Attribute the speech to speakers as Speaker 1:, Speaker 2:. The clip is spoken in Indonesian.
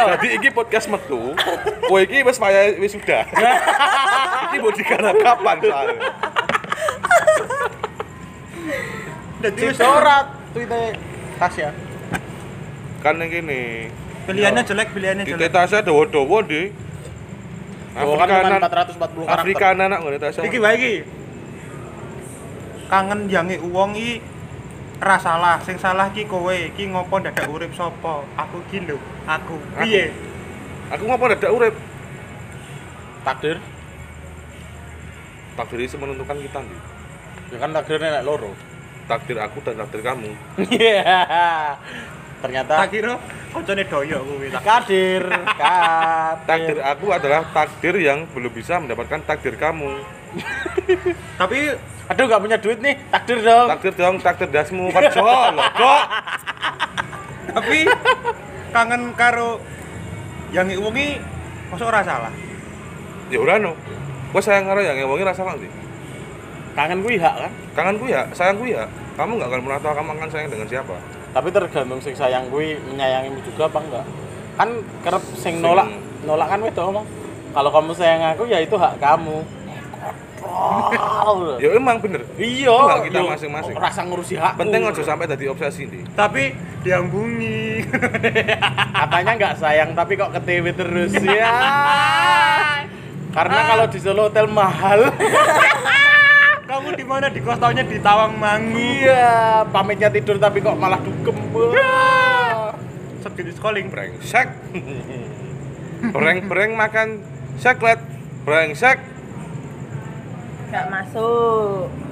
Speaker 1: Jadi iki podcast metu, kowe iki wis payah wis sudah. iki mau digarap kapan soalnya?
Speaker 2: Jadi wis ora tweete
Speaker 3: ya.
Speaker 2: Tasya.
Speaker 1: Kan yang gini,
Speaker 2: Pilihannya jelek, pilihannya
Speaker 1: di
Speaker 2: jelek.
Speaker 1: Tasya dawa-dawa di
Speaker 2: Doa kan cuma
Speaker 1: Afrikanan,
Speaker 2: 440 karakter.
Speaker 1: Afrikanan nak ngene Tasya.
Speaker 2: Iki wae iki. Kangen jange uwong i ra salah, sing salah ki kowe, ki ngopo Oh, dadak urip sapa? Aku ki lho, aku.
Speaker 1: Aku.
Speaker 2: Piye?
Speaker 1: Aku ngapa dadak urip?
Speaker 3: takdir
Speaker 1: Takdir itu menentukan kita nih.
Speaker 3: ya kan takdirnya nek loro
Speaker 1: Takdir aku dan takdir kamu.
Speaker 3: iya ternyata
Speaker 2: Tak kira koncone doyo kuwi tak.
Speaker 3: kadir
Speaker 1: Takdir
Speaker 2: Iya.
Speaker 1: aku adalah takdir yang belum bisa mendapatkan takdir kamu.
Speaker 2: Tapi
Speaker 3: aduh gak punya duit nih takdir dong
Speaker 1: Takdir dong, takdir dasmu kerja loh, kok.
Speaker 2: tapi kangen karo jange uwong i mosok ora salah.
Speaker 1: Ya ora no. Kowe sayang karo yang ngewangi rasa nanti.
Speaker 3: kangen kuwi hak kan
Speaker 1: Kangenku ya, sayangku ya. Kamu nggak akan pernah tahu kamu akan sayang dengan siapa.
Speaker 3: tapi tergantung sing sayang kuwi menyayangimu juga apa enggak kan kerep
Speaker 1: Sing-
Speaker 3: sing nolak nolak kan itu omong kalau kamu sayang aku ya itu hak kamu Kotor.
Speaker 1: Ya emang bener.
Speaker 3: iya
Speaker 1: Itu hak kita
Speaker 3: yo,
Speaker 1: masing-masing.
Speaker 3: rasa ngurusi hak
Speaker 1: Penting aja sampai tadi obsesi nih.
Speaker 2: Tapi diambungi.
Speaker 3: katanya nggak sayang tapi kok ketewe terus ya karena kalau di Solo hotel mahal
Speaker 2: Kamu di mana di kos taunya di Tawang Mangu.
Speaker 3: iya pamitnya tidur tapi kok malah dukem
Speaker 1: Iya.
Speaker 3: Bu.
Speaker 2: Segini sekoling.
Speaker 1: Brengsek. Breng-breng makan seklet. Brengsek.
Speaker 4: Gak masuk.